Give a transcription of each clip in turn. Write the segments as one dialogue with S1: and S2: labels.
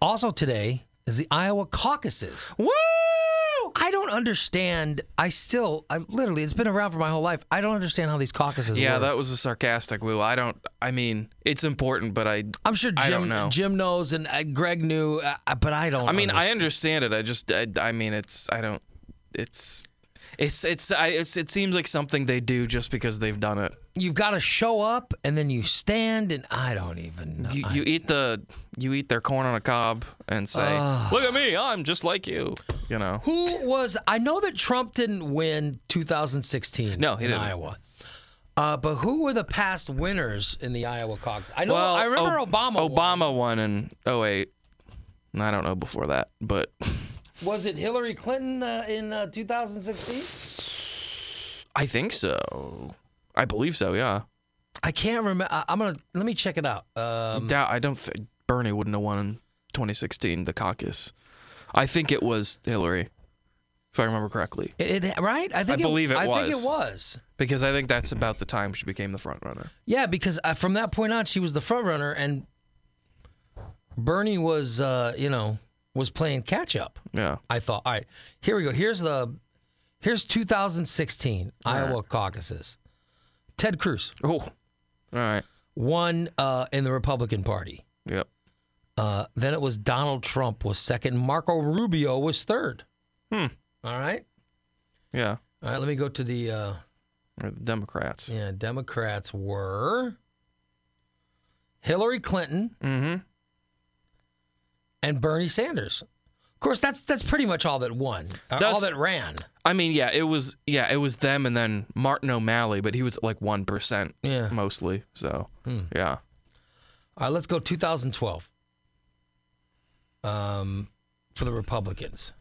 S1: Also today is the Iowa caucuses.
S2: Woo!
S1: I don't understand. I still, I literally, it's been around for my whole life. I don't understand how these caucuses
S2: Yeah,
S1: work.
S2: that was a sarcastic Lou. I don't. I mean, it's important, but I.
S1: I'm sure Jim,
S2: I don't know.
S1: Jim knows and uh, Greg knew, uh, uh, but I don't.
S2: I mean, I
S1: understand.
S2: understand it. I just. I, I mean, it's. I don't. It's. It's. It's. I. It's. It seems like something they do just because they've done it.
S1: you've got to show up and then you stand, and I don't even know.
S2: You, you eat the. You eat their corn on a cob and say, "Look at me. I'm just like you." You know.
S1: Ah. Who was? I know that Trump didn't win 2016.
S2: No, he
S1: in
S2: didn't.
S1: Iowa. Uh, but who were the past winners in the Iowa caucus? I know.
S2: Well,
S1: I remember
S2: Ob-
S1: Obama. won.
S2: Obama won in 08. And I don't know before that, but
S1: Was it Hillary Clinton uh, in uh, 2016?
S2: I think so. I believe so. Yeah.
S1: I can't remember. I'm gonna let me check it out. Um,
S2: doubt I don't think Bernie wouldn't have won in 2016 the caucus. I think it was Hillary, if I remember correctly,
S1: it, it- right? I think
S2: believe it
S1: I think
S2: was.
S1: it was.
S2: because I think that's about the time she became the front runner.
S1: Yeah, because uh, from that point on, she was the front runner, and Bernie was, uh, you know, was playing catch up.
S2: Yeah.
S1: I thought, all right, here we go. Here's the here's 2016 Iowa caucuses. Ted Cruz
S2: Oh. All right.
S1: won uh, in the Republican Party.
S2: Yep.
S1: Uh, then it was Donald Trump was second. Marco Rubio was third.
S2: Hmm.
S1: All right.
S2: Yeah.
S1: All right. Let me go to the uh,
S2: Or the Democrats.
S1: yeah. Democrats were Hillary Clinton
S2: Mm-hmm.
S1: and Bernie Sanders. Of course, that's that's pretty much all that won. uh, all
S2: That's-
S1: that ran.
S2: I mean, yeah, it was yeah, it was them and then Martin O'Malley, but he was like one percent
S1: Yeah.
S2: mostly. So
S1: Hmm.
S2: yeah.
S1: All right, let's go 2012. Um, for the Republicans,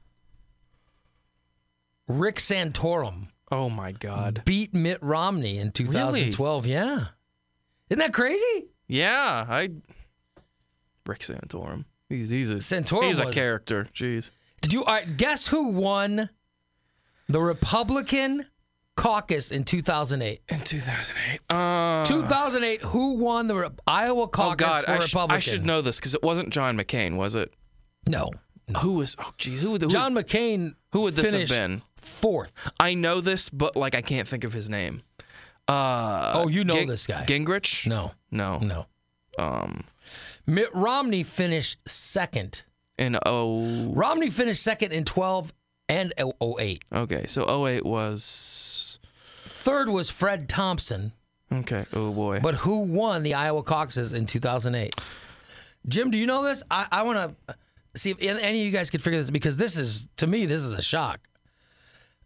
S1: Rick Santorum
S2: Oh my God.
S1: beat Mitt Romney in 2012. Yeah, isn't that crazy?
S2: Yeah, I. Rick Santorum. He's he's a
S1: Santorum
S2: He's a
S1: was-
S2: character. Jeez.
S1: Do you, all right. Guess who won the Republican caucus in 2008?
S2: In 2008. Uh,
S1: 2008. Who won the Re- Iowa
S2: Oh
S1: caucus
S2: God,
S1: for
S2: I, sh-
S1: Republican?
S2: I should know this because it wasn't John McCain, was it?
S1: No,
S2: Who was? Oh, geez, who would the who,
S1: John McCain.
S2: who would this have
S1: finished
S2: been?
S1: Fourth.
S2: I know this, but like I can't think of his name. Uh,
S1: Oh, you know this guy.
S2: Gingrich?
S1: No,
S2: no,
S1: no.
S2: Um,
S1: Mitt Romney finished second.
S2: and oh,
S1: Romney finished second in 12 and 08.
S2: okay, so 08 was
S1: Third was Fred Thompson,
S2: okay. Oh boy,
S1: but who won the Iowa caucuses in 2008? Jim, do you know this? I, I want to see if any of you guys could figure this because this is, to me, this is a shock.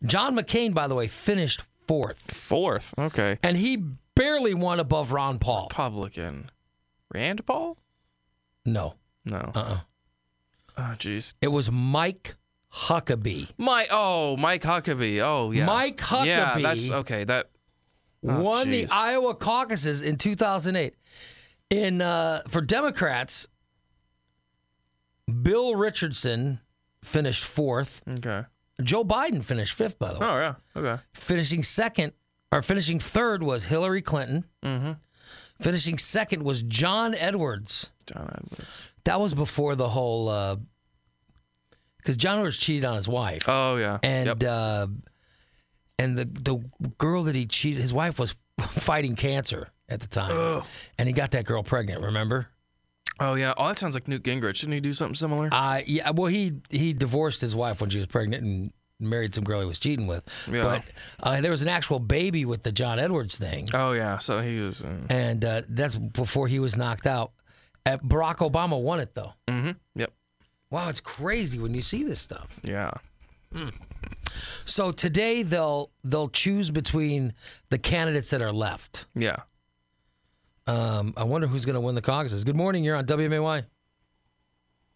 S1: John McCain, by the way, finished fourth,
S2: fourth. Okay,
S1: and he barely won above Ron Paul.
S2: Republican. Rand Paul?
S1: No,
S2: No.
S1: uh uh
S2: Oh, jeez.
S1: It was Mike Huckabee.
S2: My oh, Mike Huckabee. Oh, yeah.
S1: Mike
S2: Yeah,
S1: Huckabee.
S2: that's okay. That Oh,
S1: won
S2: jeez.
S1: the Iowa caucuses in 2008. In uh, for Democrats, Bill Richardson finished fourth.
S2: okay.
S1: Joe Biden finished fifth, by the way.
S2: Oh yeah. Okay.
S1: Finishing second or finishing third was Hillary Clinton.
S2: Mm-hmm.
S1: Finishing second was John Edwards.
S2: John Edwards.
S1: That was before the whole because John Edwards cheated on his wife
S2: Oh yeah.
S1: and
S2: Yep.
S1: uh, and the the girl that he cheated, his wife was fighting cancer at the time, and he got that girl pregnant. Remember?
S2: Oh yeah. Oh, that sounds like Newt Gingrich. Didn't he do something similar?
S1: Uh yeah. Well, he he divorced his wife when she was pregnant and married some girl he was cheating with.
S2: Yeah.
S1: But uh, there was an actual baby with the John Edwards thing,
S2: oh yeah. So he was. Uh,
S1: and uh, that's before he was knocked out. Uh, Barack Obama won it though.
S2: mm-hmm. Yep.
S1: Wow, it's crazy when you see this stuff.
S2: Yeah.
S1: So today they'll they'll choose between the candidates that are left.
S2: Yeah.
S1: Um, I wonder who's going to win the caucuses. Good morning. You're on WMAY.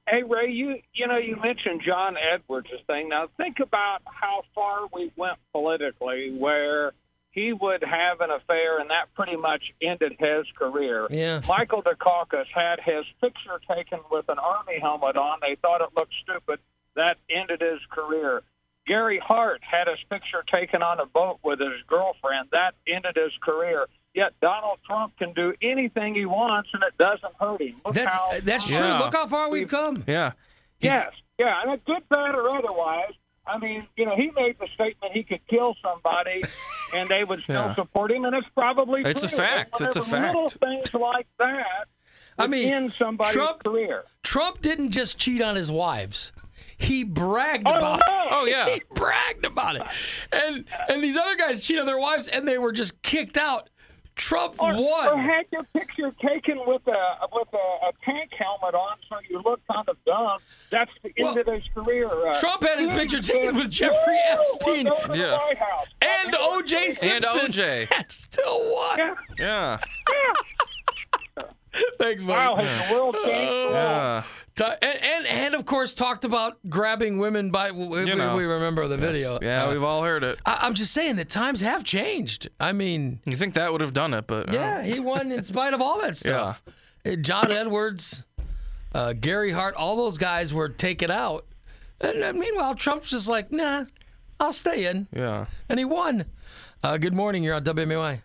S3: Hey Ray, you you know you mentioned John Edwards' thing. Now think about how far we went politically, where he would have an affair, and that pretty much ended his career.
S1: Yeah.
S3: Michael Dukakis had his picture taken with an army helmet on. They thought it looked stupid. That ended his career. Gary Hart had his picture taken on a boat with his girlfriend. That ended his career. yet Donald Trump can do anything he wants, and it doesn't hurt him. Look
S1: That's
S3: how,
S1: uh, that's
S2: Yeah.
S1: true. Look how far we've come.
S2: Yeah.
S3: Yes, yeah, and a good, bad, or otherwise. I mean, you know, he made the statement he could kill somebody, and they would still
S2: Yeah.
S3: support him, and it's probably
S2: It's a
S3: true. And
S2: fact. It's a
S3: whenever Little
S2: fact.
S3: things like that.
S1: I mean,
S3: in somebody's
S1: Trump-
S3: career.
S1: Trump didn't just cheat on his wives. He bragged
S3: Oh,
S1: about
S3: no.
S1: it.
S2: Oh, yeah.
S1: He bragged about it. And and these other guys cheat on their wives and they were just kicked out. Trump
S3: Or, or
S1: won.
S3: had your picture taken with a with a, a tank helmet on, so you look kind of dumb. That's the
S1: Well,
S3: end of his career. Uh,
S1: Trump had his
S3: he
S1: picture
S3: was-
S1: taken with Jeffrey
S3: Woo! We're
S1: Epstein.
S3: going to the
S2: Yeah.
S3: White House. I
S1: And
S3: mean,
S1: OJ Simpson.
S2: Oh, And OJ.
S1: That still won.
S3: Yeah.
S2: Yeah.
S1: Thanks, buddy.
S3: Wow, has the world
S1: Oh.
S3: changed?
S2: Yeah.
S1: Ti- And, and and of course talked about grabbing women by. We, we-
S2: know.
S1: we remember the video. Uh,
S2: Yeah, we've all heard it.
S1: I, I'm just saying that times have changed. I mean,
S2: You think that would have done it, but uh,
S1: yeah, he won in spite of all that stuff. Uh, John Edwards, uh, Gary Hart, all those guys were taken out. And uh, meanwhile, Trump's just like, nah, I'll stay in,
S2: yeah.
S1: and he won. Uh, good morning. You're on WMY.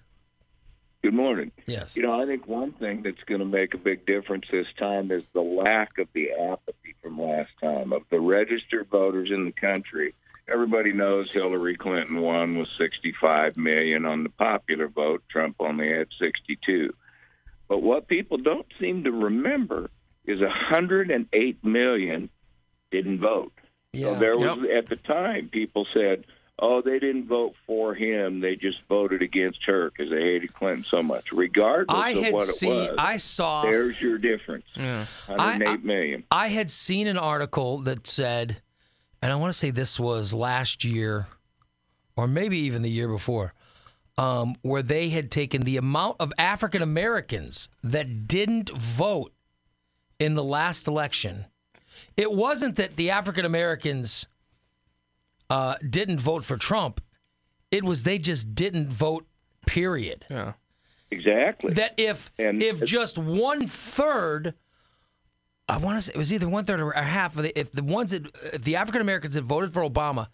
S4: Good morning.
S1: Yes.
S4: You know, I think one thing that's going to make a big difference this time is the lack of the apathy from last time of the registered voters in the country. Everybody knows Hillary Clinton won with 65 million on the popular vote. Trump only had 62. But what people don't seem to remember is 108 million didn't vote. So
S1: Yeah.
S4: there was at the time people said, "Oh, they didn't vote for him; they just voted against her because they hated Clinton so much." Regardless
S1: I
S4: of
S1: had
S4: what
S1: seen.
S4: it was,
S1: I saw.
S4: there's your difference:
S2: Yeah.
S4: 108 million.
S1: I had seen an article that said, and I want to say this was last year, or maybe even the year before, um, where they had taken the amount of African Americans that didn't vote in the last election. It wasn't that the African Americans uh, didn't vote for Trump; it was they just didn't vote. Period
S2: Yeah.
S4: Exactly.
S1: that if
S4: And-
S1: if just one third, I want to say it was either one third or half of the if the ones that if the African Americans that voted for Obama,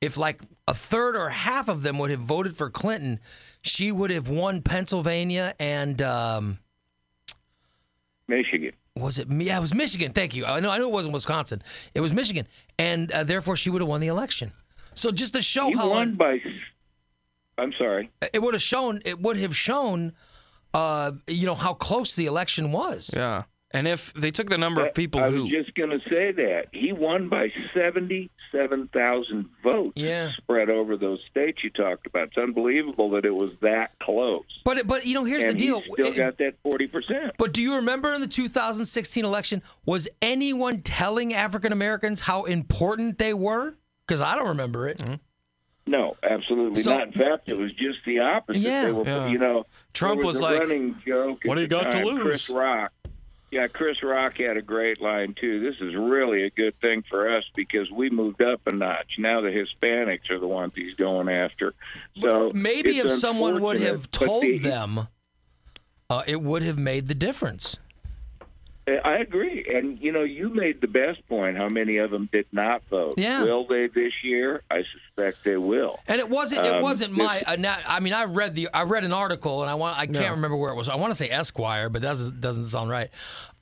S1: if like a third or half of them would have voted for Clinton, she would have won Pennsylvania and um,
S4: Michigan.
S1: was it yeah it was Michigan. Thank you. I know I knew it wasn't Wisconsin. It was Michigan, and uh, therefore she would have won the election. So just to show
S4: He
S1: how
S4: won by. I'm sorry.
S1: it would have shown it would have shown. Uh, you know how close the election was.
S2: Yeah. And if they took the number of people
S4: I
S2: who
S4: was just going to say that he won by 77,000 votes.
S1: Yeah.
S4: Spread over those states you talked about. It's unbelievable that it was that close.
S1: But it- but you know here's
S4: and
S1: the deal.
S4: he still
S1: It-
S4: got that 40%.
S1: But do you remember in the 2016 election, was anyone telling African Americans how important they were? Because I don't remember it.
S4: No, absolutely
S1: So-
S4: not. In fact, it was just the opposite.
S1: Yeah.
S4: they were,
S2: Yeah.
S4: you know,
S2: Trump
S4: there
S2: was
S4: was, a
S2: like,
S4: running joke. at
S2: "What do you
S4: the
S2: got to
S4: time. Chris
S2: lose?"
S4: Rock. Yeah, Chris Rock had a great line too. This is really a good thing for us because we moved up a notch. Now the Hispanics are the ones he's going after. So
S1: Maybe
S4: it's
S1: if someone would have
S4: unfortunate, but
S1: told
S4: the-
S1: them, uh, it would have made the difference.
S4: I agree, and you know, you made the best point. How many of them did not vote?
S1: Yeah.
S4: Will they this year? I suspect they will.
S1: And it wasn't. It
S4: Um,
S1: wasn't my. Uh, now, I mean, I read the. I read an article, and I want. I can't
S2: Yeah.
S1: remember where it was. I want to say Esquire, but that doesn't, doesn't sound right.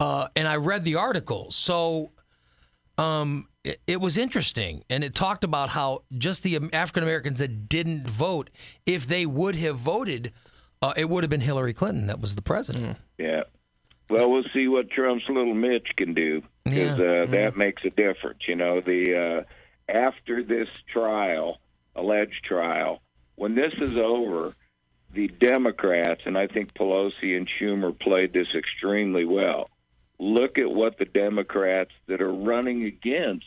S1: Uh, and I read the article, so um, it, it was interesting, and it talked about how just the African Americans that didn't vote, if they would have voted, uh, it would have been Hillary Clinton that was the president.
S4: Yeah. Well, we'll see what Trump's little Mitch can do because
S1: Yeah.
S4: uh, that makes a difference. You know, the uh, after this trial, alleged trial, when this is over, the Democrats and I think Pelosi and Schumer played this extremely well. Look at what the Democrats that are running against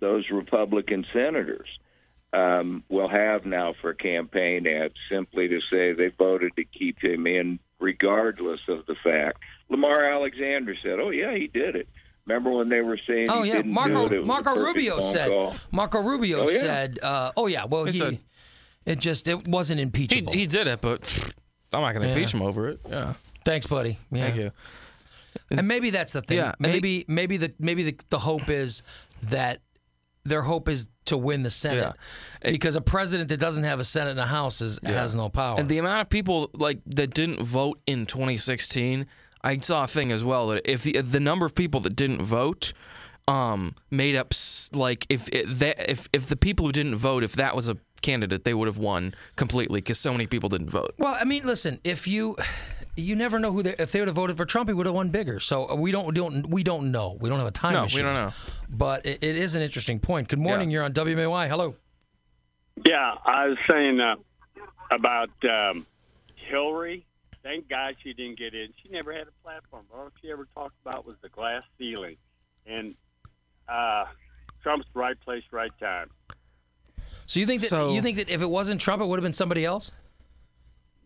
S4: those Republican senators um, will have now for campaign ads simply to say they voted to keep him in regardless of the fact. Lamar Alexander said, oh, yeah, he did it. Remember when they were saying
S1: Oh
S4: he
S1: yeah,
S4: didn't
S1: Marco
S4: do it? it was a
S1: Marco
S4: perfect
S1: Rubio
S4: phone
S1: said.
S4: call.
S1: Marco Rubio
S4: Oh, yeah.
S1: said. Uh, oh yeah, well
S2: He
S1: he.
S2: said-
S1: it just it wasn't
S2: he,
S1: impeachable.
S2: he did it, but I'm not going to
S1: Yeah.
S2: impeach him over it. Yeah.
S1: Thanks, buddy. Yeah.
S2: Thank you.
S1: And maybe that's the thing.
S2: Yeah, and they-
S1: maybe maybe the maybe the, the hope is that their hope is to win the Senate because a president that doesn't have a Senate and a House is, has no power.
S2: And the amount of people like that didn't vote in 2016, I saw a thing as well that if the, if the number of people that didn't vote um made up s- like if it, that if if the people who didn't vote if that was a candidate they would have won completely cuz so many people didn't vote.
S1: Well, I mean, listen, if you you never know who they if they would have voted for Trump, he would have won bigger. So uh, we don't we don't we don't know. We don't have a time
S2: No, we
S1: machine.
S2: don't know.
S1: But it, it is an interesting point. Good morning.
S2: Yeah.
S1: You're on WMY. Hello.
S5: Yeah, I was saying uh, about um, Hillary. Thank God she didn't get in. She never had a platform. All she ever talked about was the glass ceiling, and uh, Trump's right place, right time.
S1: So you think that
S2: So-
S1: you think that if it wasn't Trump, it would have been somebody else?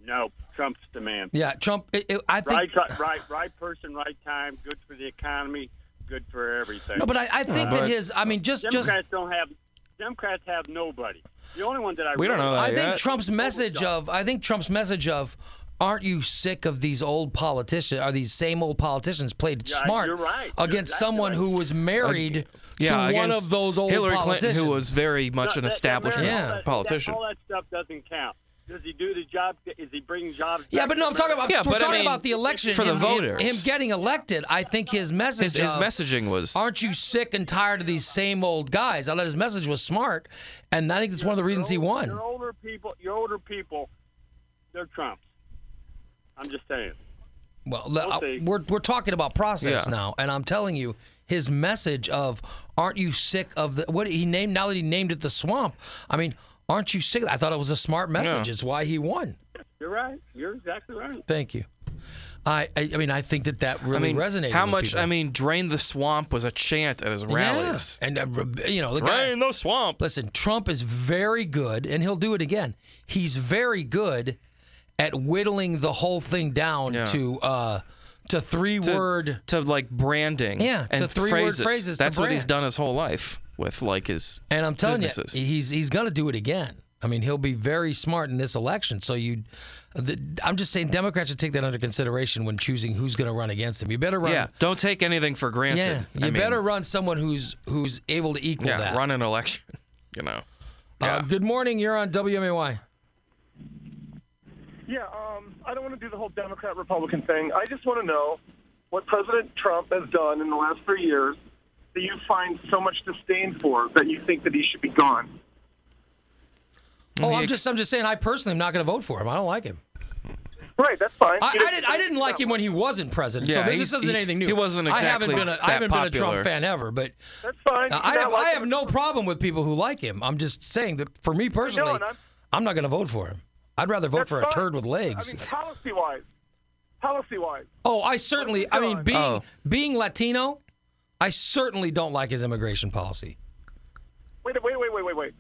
S5: No, Trump's the man.
S1: Yeah, Trump. It, it- I think.
S5: Right, right, right, right person, right time. Good for the economy. Good for everything.
S1: No, but I, I think that
S2: but-
S1: his. I mean, just just.
S5: Democrats don't have. Democrats have nobody. The only one that I
S2: We don't
S5: really
S2: know
S1: I
S2: that.
S1: think
S2: Yeah.
S1: Trump's message of I think Trump's message of aren't you sick of these old politicians are these same old politicians played
S5: Yeah,
S1: smart
S5: you're right. You're
S1: against
S5: exactly
S1: someone
S5: right.
S1: who was married
S2: Yeah,
S1: to one
S2: against
S1: of those old
S2: Hillary
S1: politicians
S2: Clinton who was very much
S5: No, that-
S2: an
S5: that
S2: establishment
S5: America-
S1: Yeah.
S5: all that-
S2: politician.
S5: That, all that stuff doesn't count. Does he do the job? Is he bringing jobs?
S1: Yeah,
S5: back
S1: but no,
S5: to
S1: I'm talking about
S2: Yeah,
S1: we're
S2: but I
S1: talking
S2: mean,
S1: about the election
S2: for the
S1: him- him-
S2: voters.
S1: Him, getting elected, I think his message
S2: his, his
S1: of,
S2: messaging was
S1: Aren't you sick and tired of these same old guys? I thought his message was smart, and I think that's one of the reasons he
S5: Your old-
S1: won.
S5: Your older people, your older people, they're Trumps. I'm just saying.
S1: Well, le-
S5: We'll see.
S1: we're we're talking about process
S2: Yeah.
S1: now, and I'm telling you, his message of "Aren't you sick of the what he named now that he named it the swamp?" I mean, aren't you sick? I thought it was a smart message.
S2: Yeah.
S1: It's why he won.
S5: You're right. You're exactly right.
S1: Thank you. I I, I mean, I think that that really
S2: I mean,
S1: resonated.
S2: how
S1: with
S2: much?
S1: people.
S2: I mean, drain the swamp was a chant at his rallies.
S1: yeah. and uh, re- you know the guy.
S2: Drain the swamp.
S1: Listen, Trump is very good, and he'll do it again. He's very good at whittling the whole thing down
S2: Yeah.
S1: to uh, to three
S2: to-
S1: word.
S2: to like branding.
S1: Yeah,
S2: and
S1: to three-word
S2: phrases.
S1: phrases to
S2: That's what he's
S1: brand.
S2: done his whole life with like his.
S1: And I'm telling
S2: businesses.
S1: you, he's he's gonna do it again. I mean, he'll be very smart in this election. So you, the, I'm just saying, Democrats should take that under consideration when choosing who's gonna run against him. You better run.
S2: yeah, don't take anything for granted.
S1: Yeah,
S2: I
S1: you
S2: mean,
S1: better run someone who's who's able to equal
S2: Yeah,
S1: that.
S2: run an election. You know.
S1: Uh, good morning. You're on WMAY.
S6: Yeah, um, I don't want to do the whole Democrat Republican thing. I just want to know what President Trump has done in the last three years that you find so much disdain for that you think that he should be gone.
S1: Oh,
S2: he
S1: I'm
S2: ex-
S1: just I'm just saying. I personally am not gonna vote for him. I don't like him.
S6: Right, that's fine.
S1: I,
S6: You know,
S1: I, did, I didn't like him when he wasn't president.
S2: Yeah,
S1: so this
S2: he's-
S1: isn't
S2: he-
S1: anything new.
S2: he wasn't
S1: I haven't
S2: exactly
S1: been a, I
S2: that
S1: haven't been a
S2: popular.
S1: Trump fan ever, but
S6: That's fine.
S1: uh, I
S6: You
S1: have
S6: know,
S1: I
S6: like
S1: have
S6: him.
S1: no problem with people who like him. I'm just saying that for me personally,
S6: and I'm-
S1: I'm not going to vote for him. I'd rather vote
S6: That's
S1: for a
S6: fine.
S1: turd with legs.
S6: I mean, policy wise, policy wise.
S1: oh, I certainly. I mean,
S6: God.
S1: being
S2: Oh.
S1: being Latino, I certainly don't like his immigration policy.
S6: Wait, wait, wait, wait, wait, wait.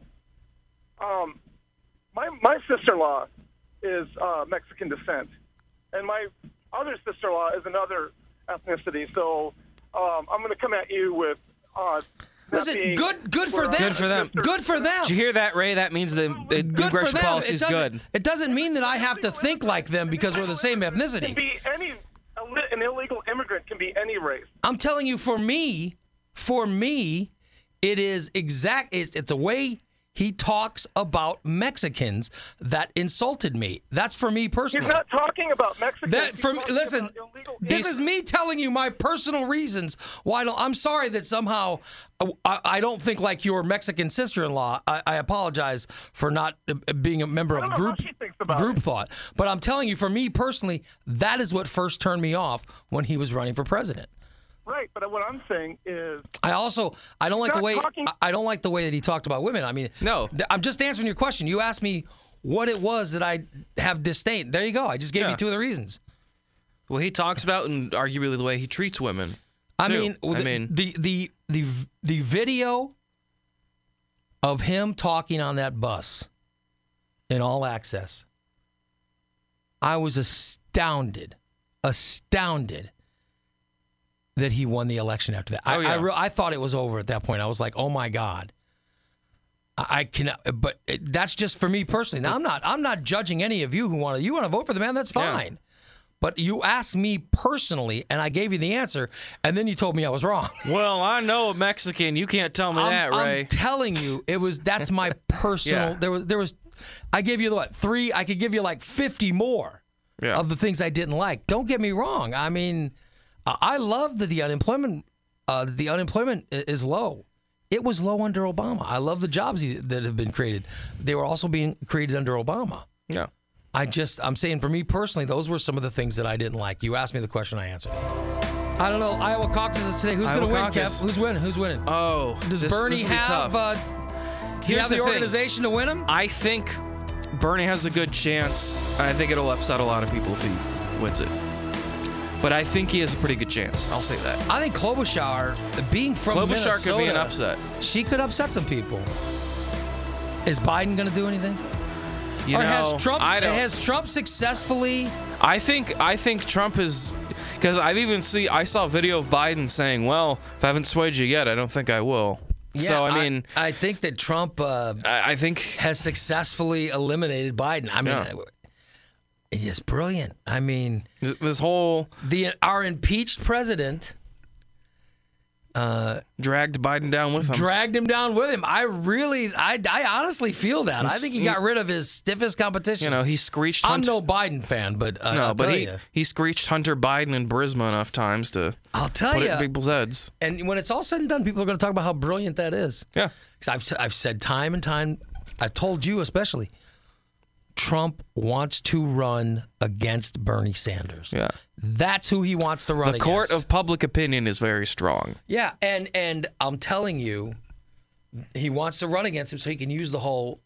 S6: Um, my my sister-in-law is uh, Mexican descent, and my other sister-in-law is another ethnicity. So um, I'm going to come at you with. Uh, not
S1: Listen,
S6: being-
S1: good good for
S6: we're
S1: them.
S6: all
S2: Good for them.
S6: sisters.
S1: Good for them.
S2: Did you hear that, Ray? That means the, the
S1: Oh. Good for
S2: immigration
S1: them.
S2: policy
S1: it
S2: is
S1: doesn't-
S2: good.
S1: It doesn't mean that I have to think like them because we're the same
S6: Can
S1: ethnicity.
S6: be any an illegal immigrant can be any race.
S1: I'm telling you, for me, for me, it is exact. It's, it's the way he talks about Mexicans that insulted me. That's for me
S6: He's
S1: personally.
S6: not talking about Mexicans.
S1: That
S6: He's
S1: from
S6: talking
S1: listen,
S6: about illegal
S1: this
S6: immigrants.
S1: is me telling you my personal reasons why I don't. I'm sorry that somehow I, I- I don't think like your Mexican sister-in-law. I, I apologize for not uh, being a member of
S6: don't know
S1: group
S6: how she thinks about
S1: group
S6: it.
S1: thought, but I'm telling you, for me personally, that is what first turned me off when he was running for president.
S6: right. But what I'm saying is,
S1: I also I don't like the
S6: not
S1: way
S6: talking-
S1: I- I don't like the way that he talked about women. I mean,
S2: No.
S1: th- I'm just answering your question. You asked me what it was that I have disdain. There you go. I just gave
S2: Yeah.
S1: you two of the reasons.
S2: Well, he talks about and arguably the way he treats women.
S1: I
S2: too.
S1: mean, well,
S2: I
S1: the,
S2: mean-
S1: the the the the video of him talking on that bus in all access. I was astounded, astounded that he won the election after that. I,
S2: Oh,
S1: I,
S2: yeah.
S1: re- I thought it was over at that point. I was like, oh my god. I I cannot, but it, that's just for me personally. Now I'm not, I'm not judging any of you who want to. You want to vote for the man, that's
S2: Yeah.
S1: fine. But you asked me personally, and I gave you the answer, and then you told me I was wrong.
S2: Well, I know a Mexican. You can't tell me
S1: I'm,
S2: that,
S1: I'm
S2: Ray.
S1: telling you, it was that's my personal.
S2: Yeah.
S1: There was there was, I gave you the what three? I could give you like fifty more
S2: yeah.
S1: of the things I didn't like. Don't get me wrong. I mean, I I love that the unemployment uh, the unemployment i- is low. It was low under Obama. I love the jobs he- that have been created. They were also being created under Obama.
S2: yeah.
S1: I just, I'm saying for me personally, those were some of the things that I didn't like. You asked me the question, I answered. I don't know. Iowa caucus is today. Who's going to
S2: Iowa
S1: win,
S2: caucus.
S1: Kev? Who's winning? Who's winning?
S2: Oh,
S1: Does
S2: this,
S1: Bernie
S2: this will be
S1: have?
S2: tough.
S1: Uh, do you
S2: Here's
S1: have
S2: the
S1: the,
S2: thing.
S1: organization to win him?
S2: I think Bernie has a good chance. I think it'll upset a lot of people if he wins it. But I think he has a pretty good chance. I'll say that.
S1: I think Klobuchar, being from
S2: Klobuchar could be an
S1: Minnesota,
S2: upset.
S1: She could upset some people. Is Biden going to do anything?
S2: You
S1: or
S2: know,
S1: has Trump?
S2: I don't.
S1: Has Trump successfully?
S2: I think I think Trump is because I've even see I saw a video of Biden saying, "Well, if I haven't swayed you yet, I don't think I will." so I, mean,
S1: I, think that Trump uh,
S2: I, I think
S1: has successfully eliminated Biden. I mean,
S2: Yeah.
S1: it's brilliant. I mean.
S2: th- this whole
S1: the our impeached president
S2: dragged Biden down with him.
S1: dragged him down with him. I really, I, I honestly feel that. I think he got rid of his stiffest competition.
S2: you know, he screeched.
S1: I'm
S2: Hunter,
S1: no Biden fan, but uh, I'll
S2: no, but
S1: tell
S2: he
S1: you,
S2: he screeched Hunter Biden and Burisma enough times to
S1: I'll tell
S2: put it in
S1: you.
S2: people's heads.
S1: And when it's all said and done, people are going to talk about how brilliant that is.
S2: Yeah.
S1: 'Cause I've s- I've said time and time, I've told you especially. Trump wants to run against Bernie Sanders.
S2: Yeah.
S1: That's who he wants to run
S2: The court
S1: against.
S2: of public opinion is very strong.
S1: Yeah, and and I'm telling you, he wants to run against him so he can use the whole.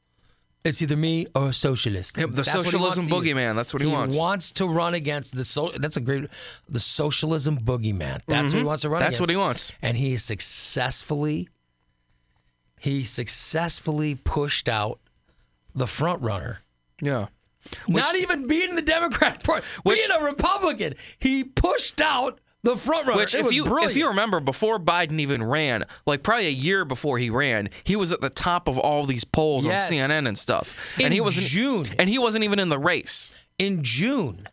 S1: It's either me or a socialist.
S2: Yep, the
S1: That's what he
S2: socialism
S1: wants to use.
S2: boogeyman, that's what he wants.
S1: to run against the so. That's a great. The socialism boogeyman. That's what he wants to run.
S2: Mm-hmm. That's what he
S1: against.
S2: wants.
S1: And he successfully. He successfully pushed out the front runner.
S2: Yeah.
S1: Not even being the Democrat Party,
S2: Which-
S1: being a Republican, he pushed out the front runner.
S2: Which,
S1: It
S2: if
S1: was
S2: you
S1: brilliant.
S2: if you remember, before Biden even ran, like probably a year before he ran, he was at the top of all these polls
S1: Yes.
S2: on CNN and stuff,
S1: In
S2: and he wasn't
S1: June.
S2: and he wasn't even in the race.
S1: in June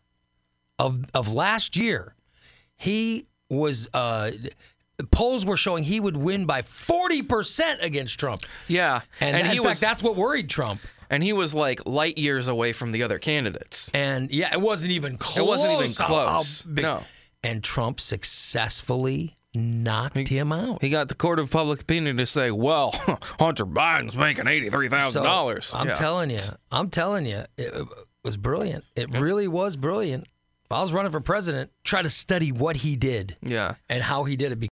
S1: of of last year, he was uh, polls were showing he would win by forty percent against Trump,
S2: Yeah,
S1: and, in
S2: he
S1: fact,
S2: was
S1: that's what worried Trump.
S2: and he was like light years away from the other candidates.
S1: And yeah, it wasn't even close.
S2: It wasn't even
S1: how- how
S2: close.
S1: big-
S2: No.
S1: and Trump successfully knocked him out.
S2: He got the court of public opinion to say, "Well, Hunter Biden's making eighty three thousand
S1: So,
S2: dollars."
S1: I'm telling you, I'm telling you, it, it was brilliant. It really was brilliant. If I was running for president, try to study what he did
S2: Yeah.
S1: and how he did it.